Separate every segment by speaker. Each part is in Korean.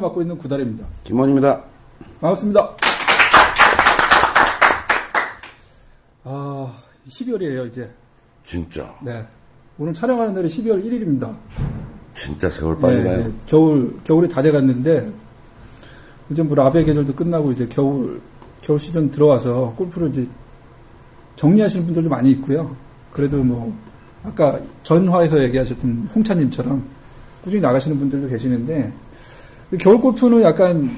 Speaker 1: 맡고 있는 구달입니다.
Speaker 2: 김원입니다.
Speaker 1: 반갑습니다. 아, 12월이에요, 이제.
Speaker 2: 진짜,
Speaker 1: 네. 오늘 촬영하는 날이 12월 1일입니다.
Speaker 2: 진짜 세월 빨리 가요.
Speaker 1: 네, 겨울, 겨울이 다 돼갔는데, 이제 뭐 라베 계절도 끝나고 이제 겨울, 겨울 시즌 들어와서 골프를 이제 정리하시는 분들도 많이 있고요. 그래도 뭐, 아까 전화에서 얘기하셨던 홍차님처럼 꾸준히 나가시는 분들도 계시는데, 근데 겨울 골프는 약간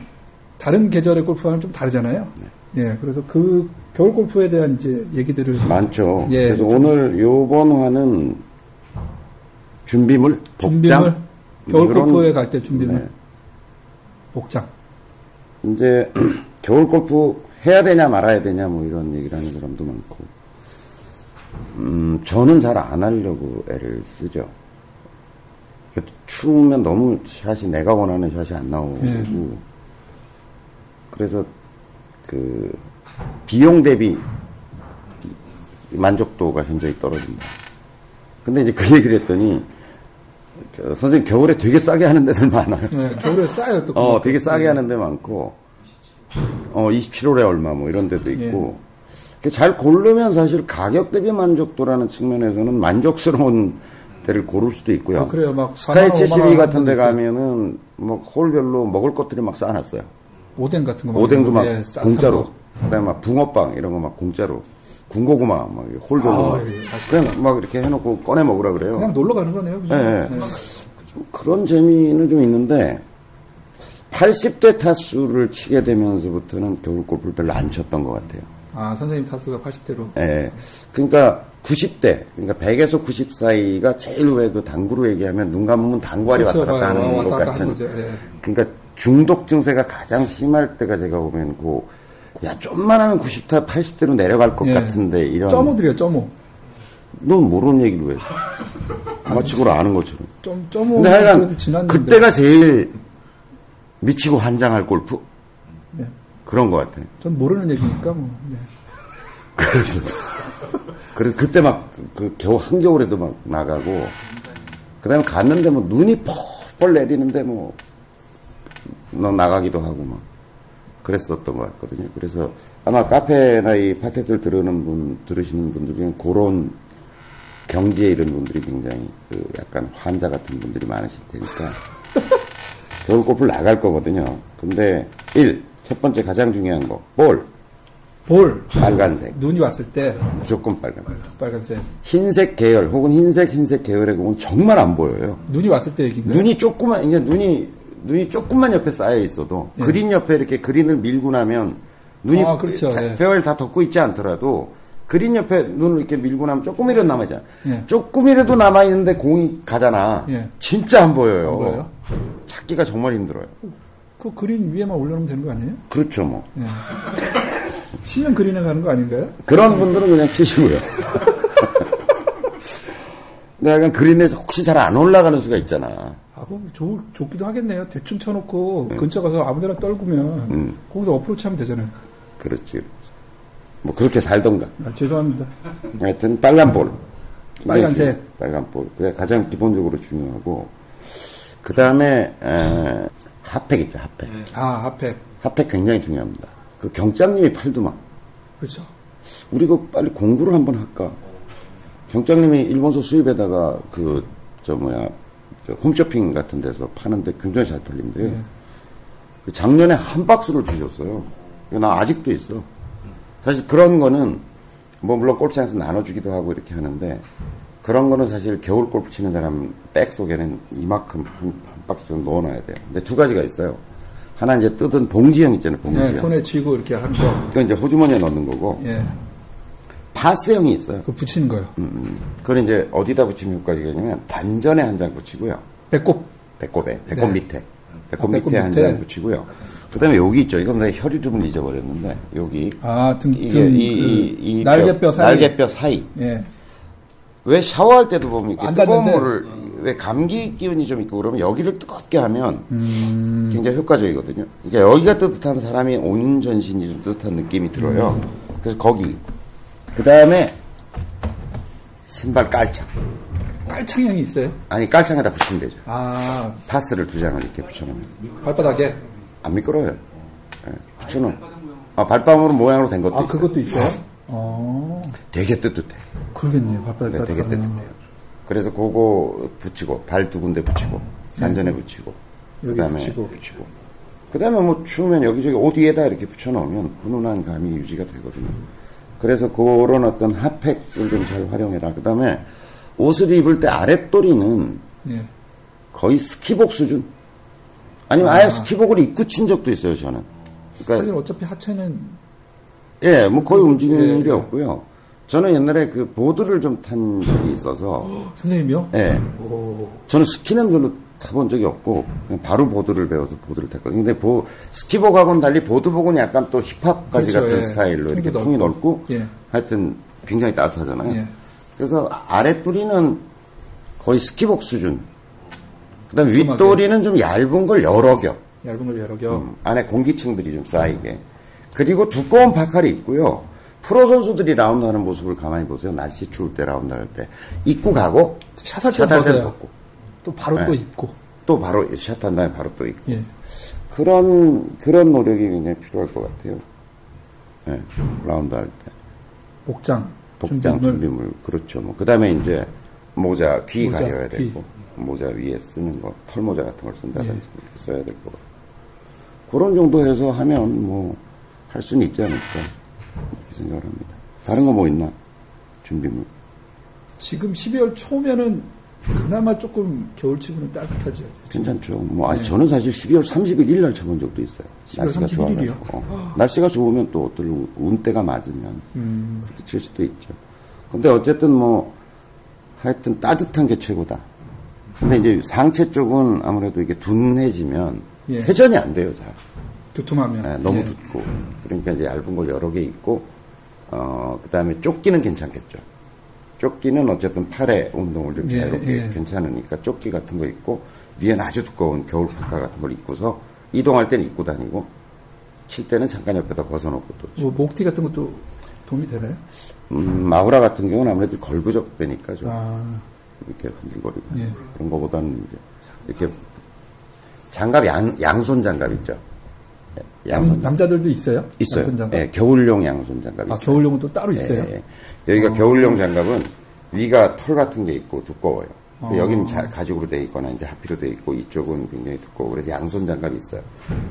Speaker 1: 다른 계절의 골프와는 좀 다르잖아요.
Speaker 2: 네.
Speaker 1: 예, 그래서 그 겨울 골프에 대한 이제 얘기들을
Speaker 2: 많죠.
Speaker 1: 예,
Speaker 2: 그래서
Speaker 1: 좀-
Speaker 2: 오늘 요번 화는 준비물, 복장. 네,
Speaker 1: 준비물, 겨울
Speaker 2: 그런-
Speaker 1: 골프에 갈 때 준비물,
Speaker 2: 네.
Speaker 1: 복장.
Speaker 2: 이제 겨울 골프 해야 되냐 말아야 되냐 뭐 이런 얘기를 하는 사람도 많고, 음, 저는 잘 안 하려고 애를 쓰죠. 그러니까 추우면 너무 샷이 내가 원하는 샷이 안 나오고, 그래서 그 비용 대비 만족도가 현저히 떨어진다. 근데 이제 그 얘기를 했더니 저 선생님 겨울에 되게 싸게 하는 데들 많아요.
Speaker 1: 네, 겨울에 싸요, 또.
Speaker 2: 어, 되게 싸게 하는 데 많고, 어, 27월에 얼마 뭐 이런 데도
Speaker 1: 예.
Speaker 2: 있고, 그잘 고르면 사실 가격 대비 만족도라는 측면에서는 만족스러운 데를 고를 수도 있고요.
Speaker 1: 아, 그래요. 막 4만
Speaker 2: 스카이
Speaker 1: 원, 5만
Speaker 2: 72
Speaker 1: 원
Speaker 2: 같은 데
Speaker 1: 있어요.
Speaker 2: 가면은 뭐 홀별로 먹을 것들이 막 쌓아놨어요.
Speaker 1: 오뎅 같은 거.
Speaker 2: 오뎅도 막
Speaker 1: 예, 쌀
Speaker 2: 공짜로
Speaker 1: 타고.
Speaker 2: 그다음에 막 붕어빵 이런 거 막 공짜로 군고구마 막 홀고구마
Speaker 1: 아, 예, 맛있겠다.
Speaker 2: 그냥 막 이렇게 해놓고 꺼내 먹으라 그래요.
Speaker 1: 그냥 놀러 가는 거네요. 그죠?
Speaker 2: 예, 예.
Speaker 1: 네.
Speaker 2: 좀 그런 재미는 좀 있는데 80대 타수를 치게 되면서부터는 겨울 골프를 별로 안 쳤던 것 같아요.
Speaker 1: 아, 선생님 타수가 80대로.
Speaker 2: 예. 그러니까 90대, 그러니까 100에서 90 사이가 제일 왜그 당구로 얘기하면 눈 감으면 당구알이 그렇죠. 어, 왔다 갔다 하는 것 같은.
Speaker 1: 거죠. 예.
Speaker 2: 그러니까 중독 증세가 가장 심할 때가 제가 보면 그, 야, 좀만 하면 90타, 80대로 내려갈 것
Speaker 1: 예.
Speaker 2: 같은데, 이런.
Speaker 1: 점오들이요, 점오.
Speaker 2: 넌 모르는 얘기를 왜. 해? 마치고를 아는 것처럼.
Speaker 1: 점, 점오.
Speaker 2: 근데 하여간,
Speaker 1: 뭐 지났는데.
Speaker 2: 그때가 제일 미치고 환장할 골프?
Speaker 1: 예.
Speaker 2: 그런 것 같아.
Speaker 1: 전 모르는 얘기니까, 뭐. 네.
Speaker 2: 그래서. 그래서 그때 막, 그, 그 겨우 한겨울에도 막 나가고, 그 다음에 갔는데 뭐 눈이 펄펄 내리는데 뭐, 너 나가기도 하고 막 그랬었던 것 같거든요. 그래서 아마 카페나 이 팟캐스트를 들으는 분, 들으시는 분들 중에 그런 경지에 이른 분들이 굉장히 그 약간 환자 같은 분들이 많으실 테니까 겨울 골프를 나갈 거거든요. 근데 일 첫 번째 가장 중요한 거, 볼,
Speaker 1: 볼.
Speaker 2: 빨간색.
Speaker 1: 눈이 왔을 때,
Speaker 2: 무조건 빨간색.
Speaker 1: 빨간색.
Speaker 2: 흰색 계열 혹은 흰색 흰색 계열의 공은 정말 안 보여요.
Speaker 1: 눈이 왔을 때 얘기인가요?
Speaker 2: 눈이 조금만 이제 눈이 눈이 조금만 옆에 쌓여 있어도 그린 옆에 이렇게 그린을 밀고 나면 눈이
Speaker 1: 예. 아, 그렇죠.
Speaker 2: 자-
Speaker 1: 예.
Speaker 2: 페어웨이를 다 덮고 있지 않더라도 그린 옆에 눈을 이렇게 밀고 나면 조금이라도 남아있잖아.
Speaker 1: 예.
Speaker 2: 조금이라도 남아 있는데 공이 가잖아.
Speaker 1: 예.
Speaker 2: 진짜 안 보여요.
Speaker 1: 안 보여요?
Speaker 2: 찾기가 정말 힘들어요.
Speaker 1: 그 그린 위에만 올려놓으면 되는 거 아니에요? 네.
Speaker 2: 그렇죠, 뭐.
Speaker 1: 치면 그린에 가는 거 아닌가요?
Speaker 2: 그런 분들은 그냥 치시고요. 근데 약간 그린에서 혹시 잘 안 올라가는 수가 있잖아.
Speaker 1: 아, 그럼 좋, 좋기도 하겠네요. 대충 쳐놓고 근처 가서 아무 데나 떨구면
Speaker 2: 음.
Speaker 1: 거기서 어프로치 하면 되잖아요.
Speaker 2: 그렇지, 그렇지. 뭐 그렇게 살던가.
Speaker 1: 아, 죄송합니다.
Speaker 2: 하여튼 빨간 볼. 굉장히
Speaker 1: 빨간색.
Speaker 2: 중요해요. 빨간 볼. 그게 가장 기본적으로 중요하고 그 다음에 핫팩 있죠, 핫팩.
Speaker 1: 아, 앞에.
Speaker 2: 핫팩 굉장히 중요합니다. 그 경장님이 팔더만.
Speaker 1: 그렇죠.
Speaker 2: 우리 그 빨리 공부를 한번 할까. 경장님이 일본서 수입에다가 그 저 뭐야 저 홈쇼핑 같은 데서 파는데 굉장히 잘 팔린대요.
Speaker 1: 네.
Speaker 2: 그 작년에 한 박스를 주셨어요. 이거 나 아직도 있어. 사실 그런 거는 뭐 물론 골프장에서 나눠주기도 하고 이렇게 하는데 그런 거는 사실 겨울 골프 치는 사람 백 속에는 이만큼 한, 한 박스 정도 넣어놔야 돼요. 근데 두 가지가 있어요. 하나 이제 뜯은 봉지형 있잖아요. 봉지형.
Speaker 1: 네, 손에 쥐고 이렇게 하는 거.
Speaker 2: 그건 이제 호주머니에 넣는 거고
Speaker 1: 예.
Speaker 2: 파스형이 있어요.
Speaker 1: 그 붙이는 거요.
Speaker 2: 그걸 이제 어디다 붙이면 효과가 있냐면 단전에 한 장 붙이고요.
Speaker 1: 배꼽.
Speaker 2: 배꼽에, 배꼽
Speaker 1: 네.
Speaker 2: 밑에.
Speaker 1: 아,
Speaker 2: 배꼽
Speaker 1: 배꼽
Speaker 2: 밑에 한
Speaker 1: 밑에.
Speaker 2: 장 붙이고요. 그 다음에 여기 있죠. 이건 내가 혈 이름을 잊어버렸는데, 여기.
Speaker 1: 아, 등,
Speaker 2: 이게
Speaker 1: 등,
Speaker 2: 이, 이,
Speaker 1: 그
Speaker 2: 이
Speaker 1: 날개뼈 사이.
Speaker 2: 날개뼈 사이.
Speaker 1: 예.
Speaker 2: 왜 샤워할 때도 보면 이렇게
Speaker 1: 안
Speaker 2: 뜨거운
Speaker 1: 닿는데.
Speaker 2: 물을, 왜 감기 기운이 좀 있고 그러면 여기를 뜨겁게 하면
Speaker 1: 음.
Speaker 2: 굉장히 효과적이거든요. 그러니까 여기가 뜨뜻한 사람이 온 전신이 좀 뜨뜻한 느낌이 들어요.
Speaker 1: 음.
Speaker 2: 그래서 거기. 그 다음에 신발 깔창.
Speaker 1: 깔창형이 있어요?
Speaker 2: 아니 깔창에다 붙이면 되죠.
Speaker 1: 아,
Speaker 2: 파스를 두 장을 이렇게 붙여놓으면
Speaker 1: 발바닥에?
Speaker 2: 안 미끄러워요. 예, 붙여놓으면 아, 발바닥으로 모양으로 된 것도
Speaker 1: 아,
Speaker 2: 있어요.
Speaker 1: 그것도 있어요? 어,
Speaker 2: 되게 뜨뜻해.
Speaker 1: 그러겠네요. 발바닥
Speaker 2: 네, 되게
Speaker 1: 따뜻하면.
Speaker 2: 뜨뜻해요. 그래서 그거 붙이고 발 두 군데 붙이고 안전에 붙이고
Speaker 1: 네. 여기
Speaker 2: 그다음에
Speaker 1: 붙이고.
Speaker 2: 그다음에 뭐 추우면 여기저기 옷 위에다 이렇게 붙여놓으면 훈훈한 감이 유지가 되거든요. 그래서 그런 어떤 핫팩을 좀 잘 활용해라. 그다음에 옷을 입을 때 아랫도리는
Speaker 1: 예.
Speaker 2: 거의 스키복 수준. 아니면 아예 스키복을 입고 친 적도 있어요, 저는.
Speaker 1: 하긴
Speaker 2: 그러니까,
Speaker 1: 어차피 하체는
Speaker 2: 예, 뭐 거의 움직이는
Speaker 1: 예,
Speaker 2: 일이
Speaker 1: 예.
Speaker 2: 없고요. 저는 옛날에 그 보드를 좀 탄 적이 있어서,
Speaker 1: 선생님이요?
Speaker 2: 예,
Speaker 1: 오,
Speaker 2: 저는 스키는 별로 타본 적이 없고, 그냥 바로 보드를 배워서 보드를 탔거든요. 근데 보, 스키복하고는 달리 보드복은 약간 또 힙합까지
Speaker 1: 그렇죠,
Speaker 2: 같은
Speaker 1: 예.
Speaker 2: 스타일로 이렇게
Speaker 1: 통도
Speaker 2: 통이 넓고,
Speaker 1: 예.
Speaker 2: 하여튼 굉장히 따뜻하잖아요.
Speaker 1: 예.
Speaker 2: 그래서 아랫도리는 거의 스키복 수준. 그 다음에
Speaker 1: 깔끔하게.
Speaker 2: 윗도리는 좀 얇은 걸 여러 겹.
Speaker 1: 얇은 걸 여러 겹.
Speaker 2: 안에 공기층들이 좀 쌓이게. 그리고 두꺼운 바칼이 있고요. 프로 선수들이 라운드하는 모습을 가만히 보세요. 날씨 추울 때 라운드할 때 입고 가고
Speaker 1: 샷할 때
Speaker 2: 샷할 때
Speaker 1: 벗어요.
Speaker 2: 벗고
Speaker 1: 또 바로
Speaker 2: 예.
Speaker 1: 또 입고.
Speaker 2: 또 바로 샷한 다음에 바로 또 입고
Speaker 1: 예.
Speaker 2: 그런 그런 노력이 굉장히 필요할 것 같아요. 예, 라운드할 때
Speaker 1: 복장.
Speaker 2: 복장
Speaker 1: 준비물.
Speaker 2: 준비물 그렇죠. 뭐 그다음에 이제 모자 귀
Speaker 1: 모자,
Speaker 2: 가려야
Speaker 1: 귀. 예.
Speaker 2: 되고 모자 위에 쓰는 거 털모자 같은 걸 쓴다든지 이렇게 써야 될 거고 그런 정도 해서 하면 뭐 할 수는 있지 않을까 이렇게 생각을 합니다. 다른 거 뭐 있나 준비물?
Speaker 1: 지금 12월 초면은 그나마 조금 겨울치고는 따뜻하죠.
Speaker 2: 괜찮죠. 뭐 아니 저는 사실 12월 30일 일날 쳐본 적도 있어요.
Speaker 1: 12월 31일 이요?
Speaker 2: 좋아가지고. 어. 날씨가 좋으면 또 어떨 운때가 맞으면
Speaker 1: 음.
Speaker 2: 그렇게 칠 수도 있죠. 근데 어쨌든 뭐 하여튼 따뜻한 게 최고다. 근데 이제 상체 쪽은 아무래도 이게 둔해지면
Speaker 1: 예.
Speaker 2: 회전이 안 돼요. 잘.
Speaker 1: 두툼하면.
Speaker 2: 네, 너무
Speaker 1: 예.
Speaker 2: 붓고 그러니까 이제 얇은 걸 여러 개 입고 어 그다음에 조끼는 괜찮겠죠. 조끼는 어쨌든 팔에 운동을 좀
Speaker 1: 예,
Speaker 2: 자유롭게
Speaker 1: 예.
Speaker 2: 괜찮으니까 조끼 같은 거 입고 위에는 아주 두꺼운 겨울 파카 같은 걸 입고서 이동할 때는 입고 다니고 칠 때는 잠깐 옆에다 벗어놓고 또 치고.
Speaker 1: 뭐 목티 같은 것도 도움이 되나요?
Speaker 2: 음, 마후라 같은 경우는 아무래도 걸그적대니까 좀
Speaker 1: 아,
Speaker 2: 이렇게 흔들거리고
Speaker 1: 예.
Speaker 2: 그런 거보다는 이제 이렇게 장갑 양, 양손 장갑 있죠. 예, 양손
Speaker 1: 남, 자들도 있어요?
Speaker 2: 있어요.
Speaker 1: 양손장갑.
Speaker 2: 예, 겨울용 양손 장갑이
Speaker 1: 아,
Speaker 2: 있어요.
Speaker 1: 겨울용은 또 따로 있어요?
Speaker 2: 예, 예. 여기가 겨울용 장갑은 위가 털 같은 게 있고 두꺼워요.
Speaker 1: 어.
Speaker 2: 그리고 여기는 자- 가죽으로 돼 있거나 이제 하피로 돼 있고 이쪽은 굉장히 두꺼워. 그래서 양손 장갑이 있어요.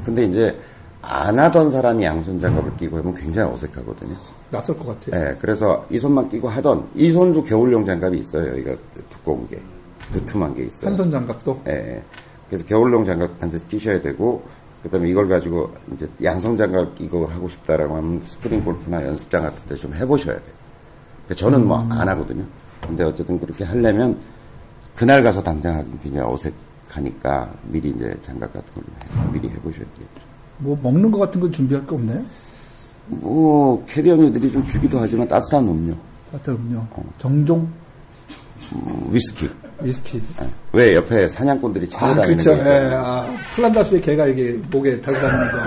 Speaker 2: 근데 이제 안 하던 사람이 양손 장갑을 끼고 하면 굉장히 어색하거든요.
Speaker 1: 낯설 것 같아요.
Speaker 2: 예, 그래서 이 손만 끼고 하던 이 손도 겨울용 장갑이 있어요. 여기가 두꺼운 게 두툼한 게 있어요.
Speaker 1: 한손 장갑도?
Speaker 2: 예, 예. 그래서 겨울용 장갑 반드시 끼셔야 되고, 그 다음에 이걸 가지고 이제 양성 장갑 이거 하고 싶다라고 하면 스프링 골프나 연습장 같은 데 좀 해보셔야 돼요. 근데 저는 뭐 안 하거든요. 근데 어쨌든 그렇게 하려면 그날 가서 당장 하긴 굉장히 어색하니까 미리 이제 장갑 같은 걸 해- 미리 해보셔야 되겠죠.
Speaker 1: 뭐 먹는 것 같은 건 준비할 거 없나요?
Speaker 2: 뭐, 캐리어니들이 좀 주기도 하지만 따뜻한 음료,
Speaker 1: 따뜻한 음료.
Speaker 2: 어.
Speaker 1: 정종
Speaker 2: 음, 위스키.
Speaker 1: 위스키.
Speaker 2: 왜 옆에 사냥꾼들이 차고
Speaker 1: 아,
Speaker 2: 아, 다니는
Speaker 1: 그렇죠.
Speaker 2: 거
Speaker 1: 예,
Speaker 2: 있잖아요.
Speaker 1: 아, 플란다스의 개가 이게 목에 달고 다니는 거.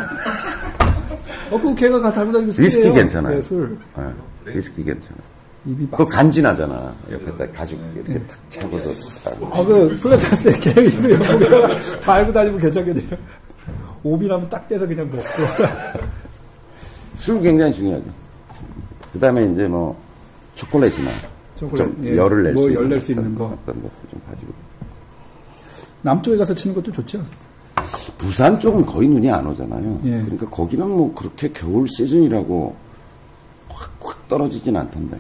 Speaker 1: 어, 그 개가 가- 달고 다니는 술이에요.
Speaker 2: 위스키 괜찮아요.
Speaker 1: 예, 술.
Speaker 2: 예, 위스키 괜찮아요.
Speaker 1: 입이 막.
Speaker 2: 그거 간지나잖아. 옆에다 가죽 이렇게 탁 차고서. 딱.
Speaker 1: 아, 그 플란다스의 개 입에 목에 달고 다니면 괜찮겠네요. 오비라면 딱 떼서 그냥 먹고.
Speaker 2: 술 굉장히 중요하죠. 그 다음에 이제 뭐, 초콜릿이나.
Speaker 1: 초콜릿,
Speaker 2: 좀
Speaker 1: 예.
Speaker 2: 열을 낼수
Speaker 1: 뭐
Speaker 2: 있는.
Speaker 1: 열낼수 있는 거.
Speaker 2: 어떤 것도 좀 가지고.
Speaker 1: 남쪽에 가서 치는 것도 좋죠.
Speaker 2: 부산 쪽은 거의 눈이 안 오잖아요.
Speaker 1: 예.
Speaker 2: 그러니까 거기는 뭐 그렇게 겨울 시즌이라고 확, 확 떨어지진 않던데.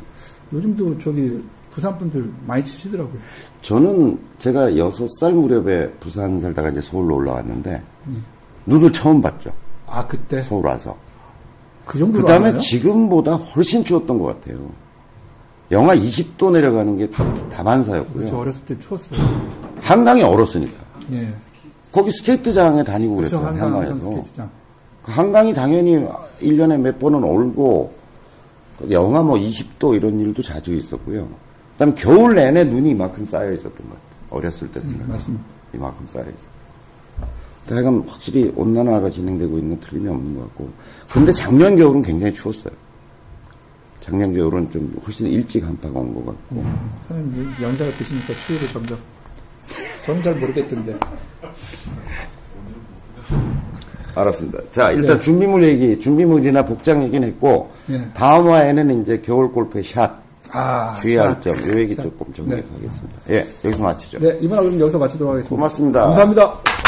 Speaker 1: 요즘도 저기 부산 분들 많이 치시더라고요.
Speaker 2: 저는 제가 여섯 살 무렵에 부산 살다가 이제 서울로 올라왔는데,
Speaker 1: 예.
Speaker 2: 눈을 처음 봤죠.
Speaker 1: 아 그때
Speaker 2: 서울 와서.
Speaker 1: 그 정도로
Speaker 2: 그 다음에
Speaker 1: 하나요?
Speaker 2: 지금보다 훨씬 추웠던 것 같아요. 영하 20도 내려가는 게 다, 다반사였고요.
Speaker 1: 저 그렇죠. 어렸을 때
Speaker 2: 음.
Speaker 1: 추웠어요.
Speaker 2: 한강이 얼었으니까.
Speaker 1: 예.
Speaker 2: 거기 스케이트장에 다니고
Speaker 1: 그래서
Speaker 2: 그랬어요.
Speaker 1: 그렇죠. 한강 한강
Speaker 2: 한강에서.
Speaker 1: 스케이트장.
Speaker 2: 그 한강이 당연히 일년에몇 번은 얼고, 그 영하 뭐 20도 이런 일도 자주 있었고요. 그 다음에 겨울 내내 눈이 이만큼 쌓여 있었던 것 같아요. 어렸을 때 생각하면.
Speaker 1: 맞습니다.
Speaker 2: 이만큼 쌓여 있어요. 하여간 확실히 온난화가 진행되고 있는 건 틀림이 없는 것 같고. 근데 작년 겨울은 굉장히 추웠어요. 작년과 요런 좀 훨씬 일찍 한파가 온 것
Speaker 1: 네.
Speaker 2: 같고.
Speaker 1: 사장님 이제 연세가 드시니까 추위를 점점 저는 잘 모르겠던데
Speaker 2: 알았습니다. 자, 일단
Speaker 1: 네.
Speaker 2: 준비물 얘기, 준비물이나 복장 얘기는 했고,
Speaker 1: 네.
Speaker 2: 다음 화에는 이제 겨울 골프의 샷,
Speaker 1: 아 네.
Speaker 2: 주의할
Speaker 1: 자,
Speaker 2: 점, 요 얘기
Speaker 1: 자,
Speaker 2: 조금 정리해서 하겠습니다. 예, 여기서 마치죠.
Speaker 1: 네 이번 album 여기서 마치도록 하겠습니다
Speaker 2: 고맙습니다.
Speaker 1: 네. 감사합니다